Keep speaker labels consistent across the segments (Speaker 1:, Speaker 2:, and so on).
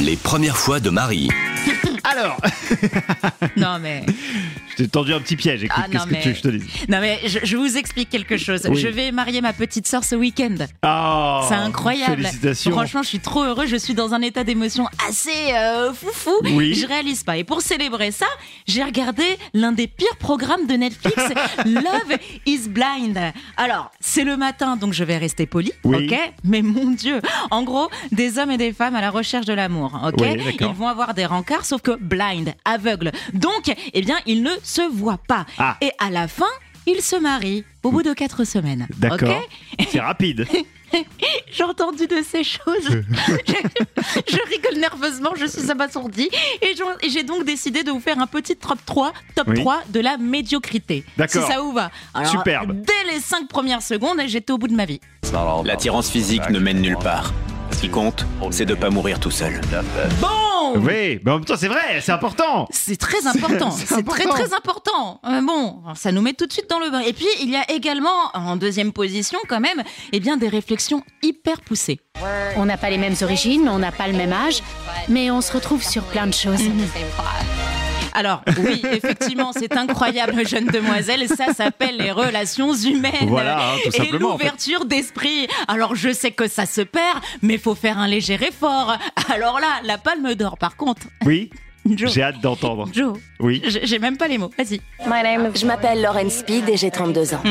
Speaker 1: Les premières fois de Marie.
Speaker 2: Alors,
Speaker 3: Non mais,
Speaker 2: je t'ai tendu un petit piège, écoute,
Speaker 3: Ah, non,
Speaker 2: qu'est-ce que
Speaker 3: mais-
Speaker 2: tu veux que je te dise
Speaker 3: non mais je, je vous explique quelque chose.
Speaker 2: Oui.
Speaker 3: Je vais marier ma petite sœur ce week-end.
Speaker 2: Ah,
Speaker 3: C'est incroyable.
Speaker 2: Félicitations.
Speaker 3: Franchement, je suis trop heureux. Je suis dans un état d'émotion assez euh, foufou.
Speaker 2: Oui.
Speaker 3: Je réalise pas. Et pour célébrer ça, j'ai regardé l'un des pires programmes de Netflix, Love is Blind. Alors, c'est le matin, donc je vais rester poli,
Speaker 2: Oui.
Speaker 3: ok Mais mon Dieu, en gros, des hommes et des femmes à la recherche de l'amour, ok
Speaker 2: Oui,
Speaker 3: Ils
Speaker 2: d'accord.
Speaker 3: vont avoir des rencarts, sauf que blind, aveugle. Donc, eh bien, ils ne se voient pas.
Speaker 2: Ah.
Speaker 3: Et à la fin, ils se marient au bout de quatre semaines. ok
Speaker 2: D'accord. C'est rapide.
Speaker 3: j'ai entendu de ces choses. je, je rigole nerveusement, je suis abasourdie. Et j'en- et j'ai donc décidé de vous faire un petit top 3, top
Speaker 2: Oui.
Speaker 3: 3 de la médiocrité.
Speaker 2: D'accord.
Speaker 3: Si ça vous va.
Speaker 2: Superbe.
Speaker 3: Dès les 5 premières secondes, j'étais au bout de ma vie.
Speaker 1: L'attirance physique ne mène nulle part. Ce qui compte, c'est de pas mourir tout seul.
Speaker 3: Bon
Speaker 2: Oui, mais en même temps, c'est vrai, c'est important.
Speaker 3: C'est très important,
Speaker 2: c'est
Speaker 3: c'est très
Speaker 2: important.
Speaker 3: très important. Euh, bon, ça nous met tout de suite dans le bain. Et puis il y a également, en deuxième position quand même, eh bien des réflexions hyper poussées.
Speaker 4: On n'a pas les mêmes origines, on n'a pas le même âge, mais on se retrouve sur plein de choses.
Speaker 3: Alors, oui, effectivement, c'est incroyable, jeune demoiselle. Ça s'appelle les relations humaines.
Speaker 2: Voilà, hein, tout
Speaker 3: et
Speaker 2: simplement, en fait.
Speaker 3: l'ouverture d'esprit. Alors, je sais que ça se perd, mais faut faire un léger effort. Alors là, la palme d'or, par contre.
Speaker 2: Oui,
Speaker 3: Joe.
Speaker 2: j'ai hâte d'entendre.
Speaker 3: Joe.
Speaker 2: Oui.
Speaker 3: J'ai j'ai même pas les mots. Vas-y.
Speaker 5: Je m'appelle Lauren Speed et j'ai 32 ans.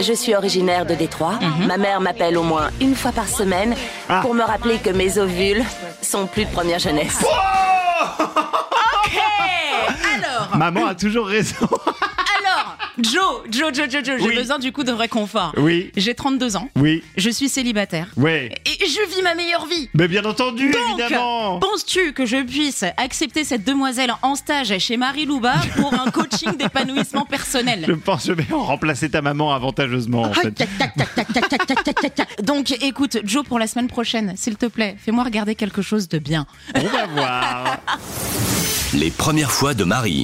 Speaker 5: Je suis originaire de Détroit. Ma mère m'appelle au moins une fois par semaine
Speaker 2: Ah.
Speaker 5: pour me rappeler que mes ovules sont plus de première jeunesse.
Speaker 3: alors,
Speaker 2: Maman a toujours raison.
Speaker 3: alors, Joe, Joe, Joe, Joe, Joe, j'ai
Speaker 2: Oui.
Speaker 3: besoin du coup de réconfort.
Speaker 2: Oui,
Speaker 3: J'ai 32 ans.
Speaker 2: oui,
Speaker 3: Je suis célibataire.
Speaker 2: oui.
Speaker 3: Et je vis ma meilleure vie.
Speaker 2: Mais bien entendu,
Speaker 3: Donc,
Speaker 2: évidemment.
Speaker 3: penses-tu que je puisse accepter cette demoiselle en stage chez Marie Louba pour un coaching d'épanouissement
Speaker 2: Je
Speaker 3: personnel
Speaker 2: pense que je vais en remplacer ta maman avantageusement, en fait.
Speaker 3: Donc écoute, Joe, pour la semaine prochaine, s'il te plaît, fais-moi regarder quelque chose de bien.
Speaker 2: On va voir.
Speaker 1: Les premières fois de Marie.